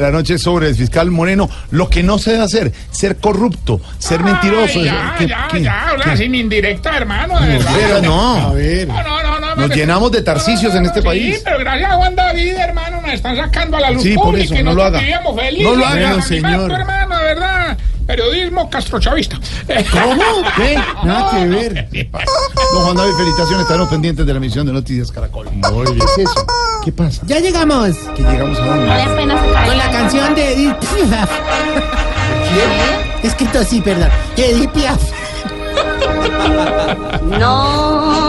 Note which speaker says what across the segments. Speaker 1: La noche sobre el fiscal Moreno, lo que no se debe hacer, ser corrupto, ser mentiroso. eso-
Speaker 2: Ay, ya,
Speaker 1: ¿qué-
Speaker 2: ya,
Speaker 1: qué-
Speaker 2: ya, habla
Speaker 1: qué-
Speaker 2: sin indirecta, hermano, de verdad.
Speaker 1: Pero no. A ver.
Speaker 2: No, no, no, no,
Speaker 1: Nos
Speaker 2: pero-
Speaker 1: llenamos de Tarcicios en este
Speaker 2: Sí,
Speaker 1: país.
Speaker 2: pero gracias a Juan David, hermano, nos están sacando a la luz
Speaker 1: Sí, por
Speaker 2: pública
Speaker 1: eso,
Speaker 2: y
Speaker 1: no lo
Speaker 2: nosotros
Speaker 1: haga.
Speaker 2: vivíamos felices.
Speaker 1: No lo haga,
Speaker 2: Animal,
Speaker 1: señor.
Speaker 2: hermano, de verdad. Periodismo castrochavista.
Speaker 1: ¿Cómo? ¿Qué? Nada que ver. Don Juan David, felicitaciones. Estaremos pendientes de la emisión de Noticias Caracol. ¿Qué es eso? ¿Qué pasa?
Speaker 3: Ya llegamos
Speaker 1: Que llegamos a
Speaker 4: Vale
Speaker 1: un...
Speaker 4: la pena sacar
Speaker 3: con la canción de Edith Piaf. Escrito así, perdón. Edith Piaf.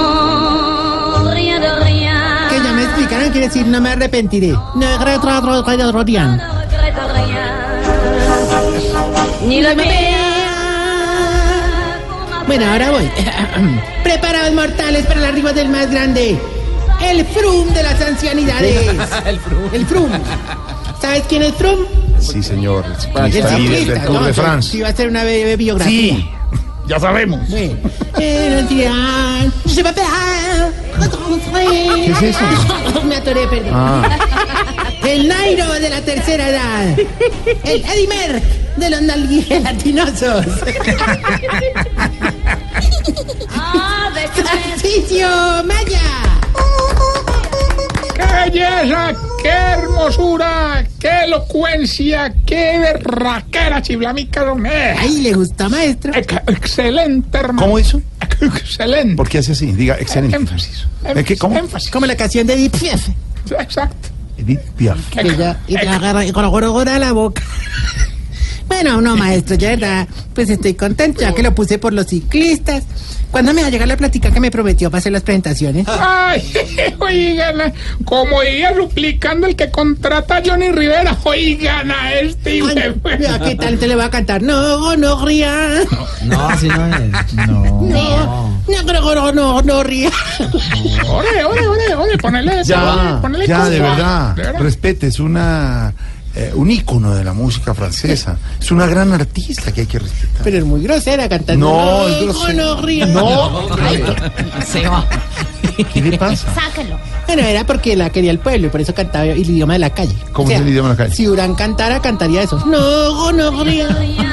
Speaker 4: No, rien de rien.
Speaker 3: Que ya me explicaron, quiere decir no me arrepentiré. No retrorodian.
Speaker 4: No regrette rien. Ni le bien. pour ma
Speaker 3: Bueno, ahora voy. Preparados mortales para el arribo del más grande. El Frum de las ancianidades. el Frum. El Frum. ¿Sabes quién es Frum?
Speaker 1: Sí, señor.
Speaker 3: El
Speaker 1: Ciclista líder
Speaker 3: ciclista,
Speaker 1: del Tour
Speaker 3: Ah, ¿no?
Speaker 1: de
Speaker 3: Yo-
Speaker 1: France.
Speaker 3: yo Iba a hacer una breve biografía.
Speaker 1: Sí.
Speaker 2: Ya sabemos.
Speaker 3: Bueno. Eh, dirán, je m'appelle Anne.
Speaker 1: ¿Qué es eso?
Speaker 3: Me atoré, perdón.
Speaker 1: Ah,
Speaker 3: El Nairo de la tercera edad. El Eddie Merck de los latinosos.
Speaker 4: Avec
Speaker 3: Tarcicio Maya.
Speaker 2: ¡Qué belleza! ¡Qué hermosura! ¡Qué elocuencia! ¡Qué berraquera chiblamica! son. Eh,
Speaker 3: Ahí le gusta, maestro.
Speaker 2: ex- excelente, hermano.
Speaker 1: ¿Cómo hizo?
Speaker 2: Excelente.
Speaker 1: ¿Por qué hace así? Diga, excelente.
Speaker 2: Énfasis.
Speaker 1: ¿Es que cómo?
Speaker 2: Énfasis.
Speaker 3: Como la canción de Deep Chef.
Speaker 2: Exacto.
Speaker 1: Edith Piaf.
Speaker 3: Que ya, y te agarra y gorgorgora la boca. Bueno, no, maestro, ya verdad, pues estoy contento, ya que lo puse por los ciclistas. ¿Cuándo me va a llegar la plática que me prometió para hacer las presentaciones?
Speaker 2: Ay, oigan, como diría suplicando el que contrata a Johnny Rivera, oigan a este hijo de-
Speaker 3: Ay, Vea qué tanto le va a cantar. No, no ría.
Speaker 5: No, así no es. No.
Speaker 3: No, no, no, no, no ría.
Speaker 2: Ore, ore, ore, ore, ponele eso,
Speaker 1: Ya,
Speaker 2: ore, ponele
Speaker 1: ya,
Speaker 2: cosa.
Speaker 1: de verdad. Respete, es una, eh, un ícono de la música francesa. Es una gran artista que hay que respetar.
Speaker 3: Pero es muy grosera cantando.
Speaker 1: No, es
Speaker 3: no,
Speaker 1: grosera.
Speaker 3: no ría.
Speaker 1: No.
Speaker 6: Se va.
Speaker 1: ¿Qué le pasa?
Speaker 4: Sáquelo.
Speaker 3: Bueno, era porque la quería el pueblo y por eso cantaba el idioma de la calle.
Speaker 1: ¿Cómo es el idioma de la calle?
Speaker 3: Si Urán cantara, cantaría eso. No, no ría.
Speaker 4: Rien.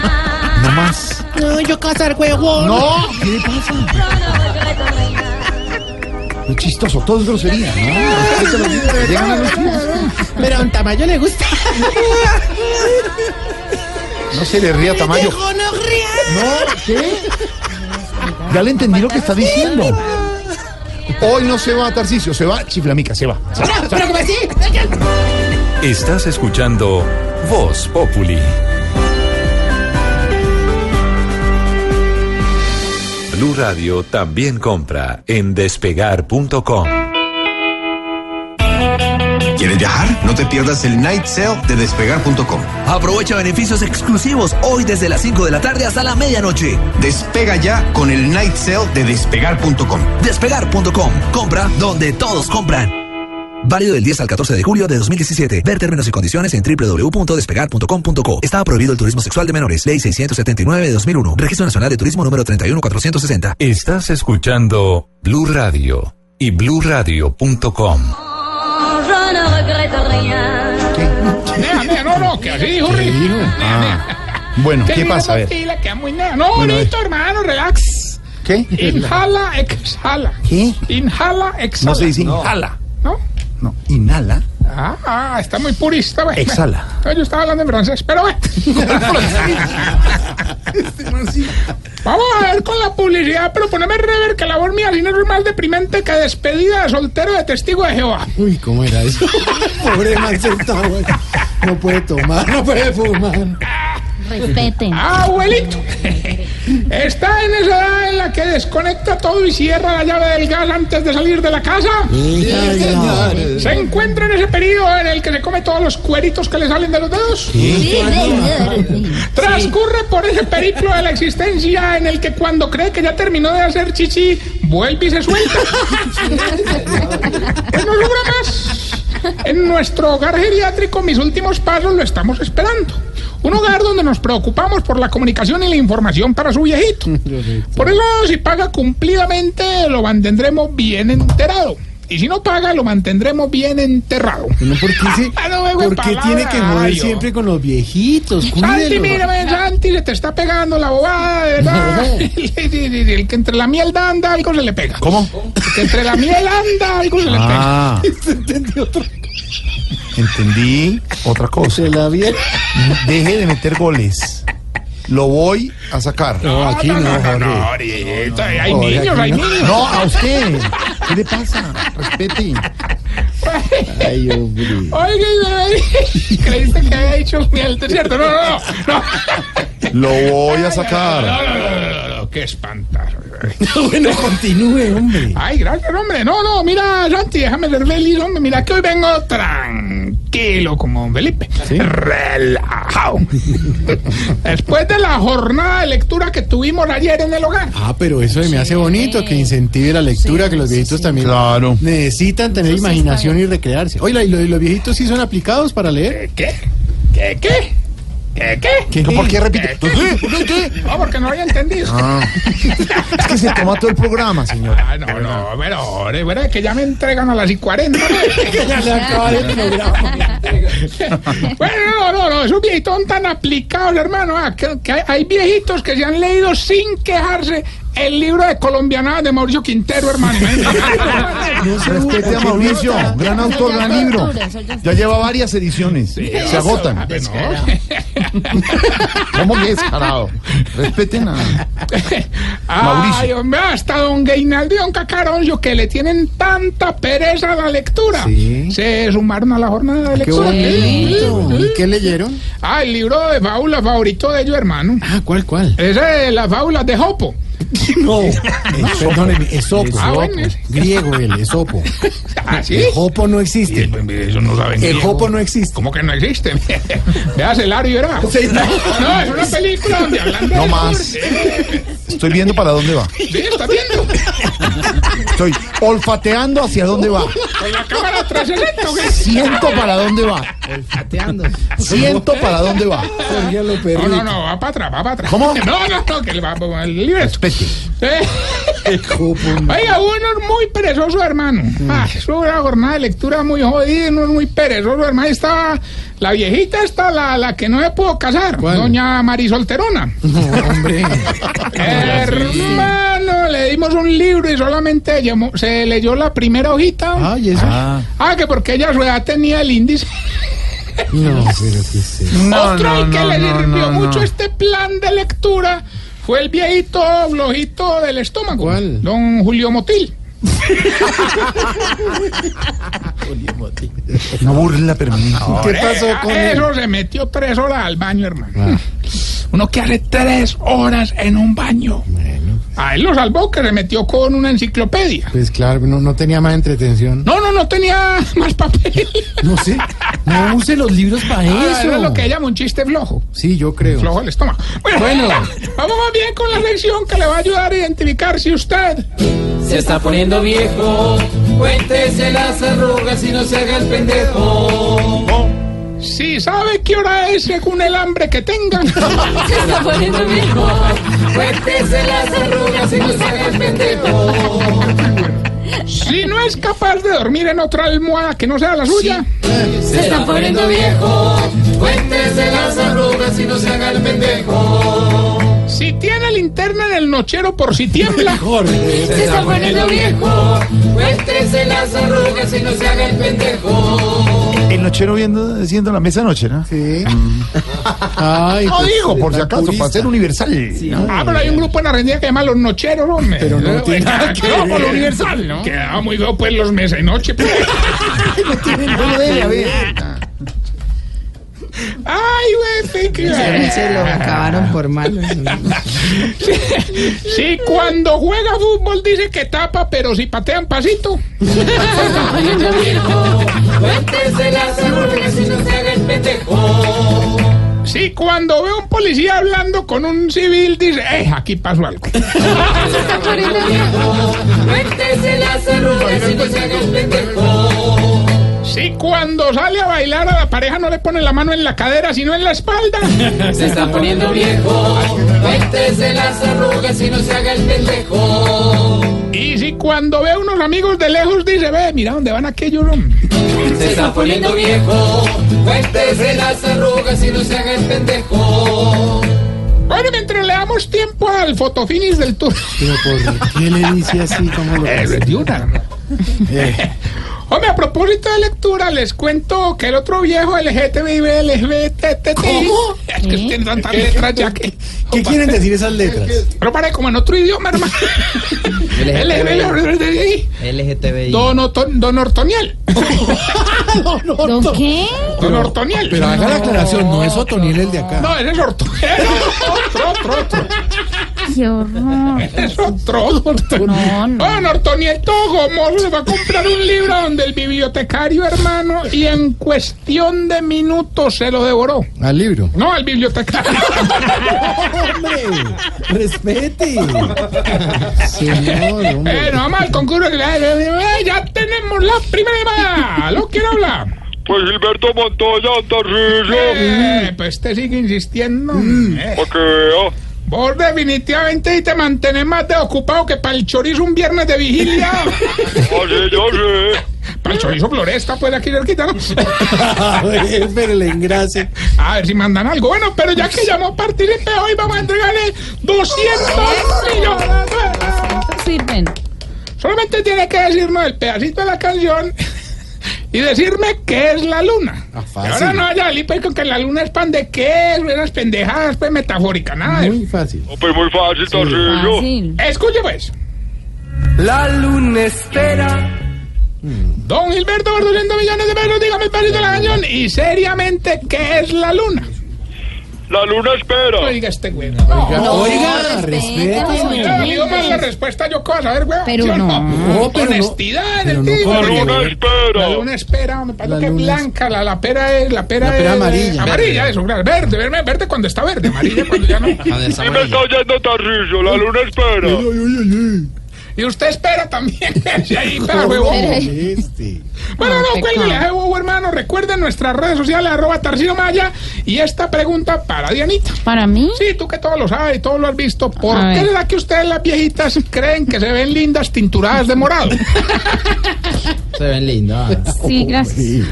Speaker 1: No más.
Speaker 3: No, yo cazar huevón.
Speaker 1: No, ¿qué le pasa?
Speaker 4: No regrette rien.
Speaker 1: Es chistoso, todo es grosería, ¿no? Respeta los líderes, llegan a los chicos.
Speaker 3: Pero a un tamaño le gusta.
Speaker 1: No se le ría a Tamayo.
Speaker 3: Dijo, no ría.
Speaker 1: No, ¿qué? Ya le entendí lo que está diciendo. Hoy no se va a Tarcicio, se va Chiflamica, se va.
Speaker 3: Pero, pero como así.
Speaker 7: Estás escuchando Voz Populi. Blue Radio también compra en despegar.com.
Speaker 8: ¿Quieres viajar? No te pierdas el Night Sale de despegar.com.
Speaker 5: Aprovecha beneficios exclusivos hoy desde las 5 de la tarde hasta la medianoche.
Speaker 8: Despega ya con el Night Sale de despegar.com.
Speaker 5: Despegar.com. Compra donde todos compran. Válido del 10 al 14 de julio de 2017. Ver términos y condiciones en www.despegar.com.co. Estaba prohibido el turismo sexual de menores. Ley 679 de 2001. Registro Nacional de Turismo número 31460.
Speaker 7: Estás escuchando Blue Radio y bluradio.com.
Speaker 4: Je ne regrette rien.
Speaker 2: Nea, nea, no, no, que así dijo Ri.
Speaker 1: Ah, bueno, ¿qué pasa? A ver,
Speaker 2: Pila, queda muy nea. No,
Speaker 1: Bueno, a ver.
Speaker 2: listo, hermano, relax.
Speaker 1: ¿qué?
Speaker 2: Inhala, exhala.
Speaker 1: ¿Qué?
Speaker 2: Inhala, exhala.
Speaker 1: No se dice inhala.
Speaker 2: ¿No?
Speaker 1: No, inhala.
Speaker 2: Ah, ah, está muy purista, güey.
Speaker 1: Exhala.
Speaker 2: No, yo estaba hablando en francés, pero bueno. Vamos a ver con la publicidad, pero poneme rever que la voz mía si no es más deprimente que despedida de soltero de testigo de Jehová.
Speaker 3: Uy, ¿cómo era eso? Pobre Max Tower. No puede tomar, no puede fumar.
Speaker 4: Respeten.
Speaker 2: Abuelito. ¿Está en esa edad en la que desconecta todo y cierra la llave del gas antes de salir de la casa?
Speaker 1: Sí, señor.
Speaker 2: ¿Se encuentra en ese periodo en el que se come todos los cueritos que le salen de los dedos? Transcurre por ese periplo de la existencia en el que cuando cree que ya terminó de hacer chichi, vuelve y se suelta. Pues no logra más. En nuestro hogar geriátrico, mis últimos pasos lo estamos esperando. Un hogar donde nos preocupamos por la comunicación y la información para su viejito. Por eso, si paga cumplidamente, lo mantendremos bien enterado. Y si no paga, lo mantendremos bien enterrado.
Speaker 9: ¿Por qué, se-
Speaker 2: Ah, no, güey,
Speaker 9: ¿por qué
Speaker 2: palabra,
Speaker 9: tiene que joder
Speaker 2: Mario.
Speaker 9: siempre con los viejitos?
Speaker 2: Santi,
Speaker 9: Cuídelo.
Speaker 2: mírame, Santi, se te está pegando la bobada, de verdad. El que entre la miel anda, algo se le pega.
Speaker 1: ¿Cómo?
Speaker 2: El que entre la miel anda, algo se le pega.
Speaker 1: Ah, entendí otra cosa.
Speaker 9: Se la vieron.
Speaker 1: Deje de meter goles. Lo voy a sacar.
Speaker 9: No, aquí no,
Speaker 2: no,
Speaker 9: Jorge.
Speaker 2: ahorita hay
Speaker 1: Jorge,
Speaker 2: niños,
Speaker 1: aquí
Speaker 2: hay
Speaker 1: no.
Speaker 2: niños.
Speaker 1: No, a usted. ¿Qué le pasa? Respete.
Speaker 9: Ay, hombre.
Speaker 2: Oye, güey, creíste que había dicho miel, ¿es cierto? No, no, no, no.
Speaker 1: Lo voy a
Speaker 2: No,
Speaker 1: sacar.
Speaker 2: no, no, no, no, no, qué espantar.
Speaker 9: bueno, continúe, hombre.
Speaker 2: Ay, gracias, hombre. No, no, mira, Santi, déjame ser feliz, hombre. Mira que hoy vengo tranquilo como don Felipe. Relajado. Después de la jornada de lectura que tuvimos ayer en el hogar.
Speaker 9: Ah, pero eso se me hace bonito, que incentive la lectura, que los viejitos también
Speaker 1: Claro.
Speaker 9: necesitan tener imaginación y recrearse. Oiga, ¿y lo- y los viejitos sí son aplicados para leer?
Speaker 2: ¿Qué? ¿Qué? ¿Qué? ¿Qué? ¿Qué?
Speaker 1: ¿Por qué repite? ¿Por qué? ¿Por qué?
Speaker 2: No, porque no había entendido.
Speaker 1: Ah, es que se toma todo el programa, señor.
Speaker 2: Ah, no, no, pero, hombre, ¿verdad? Que ya me entregan a las y 40. ¿no?
Speaker 9: Ya se acaba el programa.
Speaker 2: Bueno, no, no, no, esos viejitos son tan aplicados, hermano. ah, que, que hay, hay viejitos que se han leído sin quejarse el libro de colombianadas de Mauricio Quintero, hermano.
Speaker 1: Respete a Mauricio, gran autor, gran libro. Ya lleva varias ediciones. Se
Speaker 2: ah,
Speaker 1: agotan.
Speaker 2: pues,
Speaker 1: ¿Cómo que descarado? Respeten a.
Speaker 2: Ay,
Speaker 1: Mauricio.
Speaker 2: hombre, hasta don Gainaldo y don Cacaroncio que le tienen tanta pereza a la lectura.
Speaker 9: Sí. Ah,
Speaker 2: Se sumaron a la jornada de
Speaker 9: Qué
Speaker 2: lectura.
Speaker 9: bonito. ¿Y qué leyeron?
Speaker 2: Ah, el libro de fábula favorito de ellos, hermano.
Speaker 9: Ah, ¿cuál, cuál?
Speaker 2: Ese de las fábulas de Jopo.
Speaker 9: No, eh, perdóneme, esopo.
Speaker 2: Ah, bueno.
Speaker 9: Griego el esopo.
Speaker 2: ¿Ah, sí?
Speaker 9: El jopo no
Speaker 2: Y
Speaker 9: existe.
Speaker 2: el- Eso no saben
Speaker 9: El
Speaker 2: griego.
Speaker 9: jopo no existe.
Speaker 2: ¿Cómo que no existe? Veas el Ario era.
Speaker 9: Sí, no.
Speaker 2: No, es una película donde hablan de
Speaker 1: No
Speaker 2: amor.
Speaker 1: más.
Speaker 2: Sí,
Speaker 1: Estoy viendo para dónde va.
Speaker 2: está viendo.
Speaker 1: Estoy olfateando hacia dónde va.
Speaker 2: Con la cámara 360, ¿qué?
Speaker 1: Siento para dónde va. Siento para dónde va.
Speaker 9: Jorge lo
Speaker 2: No,
Speaker 9: perdió.
Speaker 2: no, no, va para atrás, va para atrás.
Speaker 1: ¿Cómo?
Speaker 2: No, no, no, que le va a el libreto.
Speaker 1: Respete.
Speaker 2: Eh, Oiga, uno es muy perezoso, hermano.
Speaker 1: Mm.
Speaker 2: Ah, es una jornada de lectura muy jodida, uno es muy perezoso, hermano. Ahí Está la viejita, está la, la que no se pudo casar, doña Marisolterona.
Speaker 9: Hombre.
Speaker 2: Hermano, le dimos un libro y solamente llamó- se leyó la primera hojita. Ah,
Speaker 9: Ay, eso.
Speaker 2: que porque ella a su edad tenía el índice.
Speaker 9: No, pero qué sé.
Speaker 2: Otro al que le
Speaker 1: no,
Speaker 2: sirvió
Speaker 1: no,
Speaker 2: mucho
Speaker 1: no.
Speaker 2: este plan de lectura fue el viejito flojito del estómago.
Speaker 9: ¿Cuál?
Speaker 2: Don Julio Motil.
Speaker 1: Una burla permanente.
Speaker 9: ¿Qué pasó
Speaker 2: Eh,
Speaker 9: con él?
Speaker 2: Eso se metió tres horas al baño, hermano. Uno que hace tres horas en un baño. A él lo salvó que se metió con una enciclopedia.
Speaker 9: Pues claro, no, no tenía más entretención.
Speaker 2: No, no, no tenía más papel.
Speaker 9: No sé. No use los libros para
Speaker 2: Ah,
Speaker 9: eso.
Speaker 2: Era lo que llama un chiste flojo.
Speaker 9: Sí, yo creo.
Speaker 2: Flojo el estómago. Bueno,
Speaker 9: Bueno.
Speaker 2: vamos más bien con la sección que le va a ayudar a identificar si usted
Speaker 10: Se está poniendo viejo, cuéntese las arrugas y no se haga el pendejo.
Speaker 2: Si sabe qué hora es según el hambre que tengan.
Speaker 10: Se está poniendo viejo, cuéntese las arrugas y no se haga el pendejo.
Speaker 2: si no es capaz de dormir en otra almohada que no sea la suya.
Speaker 10: Se está poniendo viejo, cuéntese las arrugas y no se haga el pendejo.
Speaker 2: Si tiene linterna en el nochero por si tiembla.
Speaker 9: Jorge.
Speaker 10: Se está poniendo viejo, cuéntese las arrugas y no se haga el pendejo.
Speaker 1: El nochero viendo, siendo la mesa de noche, ¿no?
Speaker 9: Sí. Ay,
Speaker 1: No
Speaker 9: pues,
Speaker 1: digo, por si
Speaker 9: tan
Speaker 1: acaso, para
Speaker 9: purista.
Speaker 1: ser universal. ¿no?
Speaker 2: Ah, pero hay un grupo en Argentina que se llama Los Nocheros, hombre.
Speaker 9: Pero no tiene nada que
Speaker 2: No,
Speaker 9: ver.
Speaker 2: por lo universal, ¿no? Quedaba muy feo, pues, los meses de noche. pues.
Speaker 1: No debe haber.
Speaker 2: Ay, think you
Speaker 11: A mí se lo acabaron por malo.
Speaker 2: Sí, cuando juega fútbol dice que tapa, pero si patean pasito.
Speaker 10: Poniendo viejo, cuéntese las arrugas y no se haga el pendejo.
Speaker 2: Sí, cuando ve un policía hablando con un civil dice, eh, aquí pasó algo.
Speaker 10: Se está poniendo viejo, cuéntese las arrugas y no se haga el pendejo.
Speaker 2: Sí, cuando sale a bailar a la pareja no le pone la mano en la cadera, sino en la espalda.
Speaker 10: Se está poniendo viejo, cuéntese las
Speaker 12: Pues
Speaker 10: arrugas y no se haga el pendejo.
Speaker 2: Y si cuando ve a unos amigos de lejos dice, ve, mira dónde van aquellos. hombre".
Speaker 10: Se está poniendo viejo, cuéntese las arrugas y no se haga el pendejo.
Speaker 2: Bueno, mientras le damos tiempo al fotofinish del tour.
Speaker 9: Pero por qué le dice así como lo
Speaker 2: Eh,
Speaker 9: hace? Eh.
Speaker 2: de una. Hombre, a propósito de lectura, les cuento que el otro viejo LGTBI, LGBT,
Speaker 9: ¿Cómo?
Speaker 2: Es que tienen tantas letras ya que.
Speaker 9: ¿Qué quieren decir esas letras?
Speaker 2: Pero para como en otro idioma, hermano. LGTBI.
Speaker 11: LGTBI.
Speaker 2: Don, Oton- don Ortoniel.
Speaker 9: ¿Don
Speaker 4: qué?
Speaker 2: Don Ortoniel.
Speaker 9: Pero haga la aclaración, no es Otoniel el de acá.
Speaker 2: No, ese es Ortoniel. Otro, otro, otro.
Speaker 4: Qué horror.
Speaker 2: Es otro, otro.
Speaker 4: No, no.
Speaker 2: Don Ortoniel todo gomoso se va a comprar un libro donde el bibliotecario, hermano, y en cuestión de minutos se lo devoró.
Speaker 9: Al libro.
Speaker 2: No, al bibliotecario.
Speaker 9: ¡Hombre! ¡Respete! Señor,
Speaker 2: Eh,
Speaker 9: hombre.
Speaker 2: no, vamos al concurso. Eh, Ya tenemos la primera llamada. ¿Lo quiero hablar?
Speaker 12: Pues Gilberto Montoya, Tarrillo,
Speaker 2: Eh, pues este sigue insistiendo. Eh,
Speaker 12: para que vea.
Speaker 2: Vos definitivamente te mantenés más de ocupado que para el chorizo un viernes de vigilia.
Speaker 12: Así yo sé.
Speaker 2: para el chorizo floresta, pues aquí cerquita. ¿no?
Speaker 9: A ver, pero el engrase.
Speaker 2: A ver si mandan algo. Bueno, pero ya que llamó partícipe hoy, vamos a entregarle 200 millones. de dólares.
Speaker 11: Sirven.
Speaker 2: Solamente tiene que decirnos el pedacito de la canción y decirme qué es la luna.
Speaker 9: Ah,
Speaker 2: Y
Speaker 9: fácil.
Speaker 2: ahora no ya pues con que la luna es pan de qué, unas pendejadas, pues metafórica, nada. de eso.
Speaker 9: Muy fácil.
Speaker 12: No, Pues muy fácil, Tarrillo.
Speaker 2: Escuche pues.
Speaker 10: La lunestera.
Speaker 2: Don Gilberto por 200 millones de pesos, dígame el pedacito de la canción y seriamente qué es la luna.
Speaker 12: La luna espera.
Speaker 2: Oiga este güey. No, no,
Speaker 9: Oiga, respete.
Speaker 2: no, digo más la respuesta, yo cosa, a ver, güey.
Speaker 11: Pero
Speaker 2: ¿sí o
Speaker 11: no.
Speaker 9: No, pero no.
Speaker 2: Honestidad,
Speaker 9: Pero
Speaker 2: el
Speaker 9: no
Speaker 2: tipo.
Speaker 12: La
Speaker 9: Oiga.
Speaker 12: luna
Speaker 2: La
Speaker 12: espera.
Speaker 2: luna espera, me parece
Speaker 9: La
Speaker 2: que es
Speaker 9: luna
Speaker 2: blanca, la, la pera es, la pera,
Speaker 9: La pera
Speaker 2: es-
Speaker 9: amarilla.
Speaker 2: Amarilla, eso, claro, verde, verde, verde cuando está verde, amarilla cuando ya no.
Speaker 12: Sí me está oyendo Tarrillo, la luna espera.
Speaker 2: Y usted espera también. Sí, ahí, pera, huevón.
Speaker 9: Este.
Speaker 2: Bueno, no,
Speaker 11: qué
Speaker 2: cuélguele,
Speaker 11: cabrón.
Speaker 2: ay, huevo, hermano, recuerden nuestras redes sociales, arroba Tarcino Maya, y esta pregunta para Dianita.
Speaker 11: ¿Para mí?
Speaker 2: Sí, tú que todo lo sabes y todo lo has visto, ¿por
Speaker 11: A
Speaker 2: qué
Speaker 11: ver.
Speaker 2: será que ustedes las viejitas creen que se ven lindas tinturadas de morado?
Speaker 11: Se ven lindas. Sí, gracias.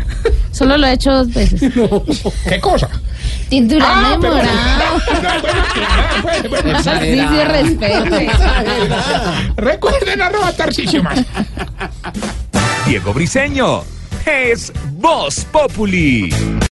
Speaker 11: Solo lo he hecho dos veces.
Speaker 2: ¿Qué cosa?
Speaker 4: Tintura de
Speaker 2: pero-
Speaker 4: morado.
Speaker 2: No, bueno, claro, bueno, bueno.
Speaker 11: Exagerado.
Speaker 4: Dice respete.
Speaker 2: Recuerden arroba Tarcisio Maya.
Speaker 7: Diego Briseño es Voz Populi.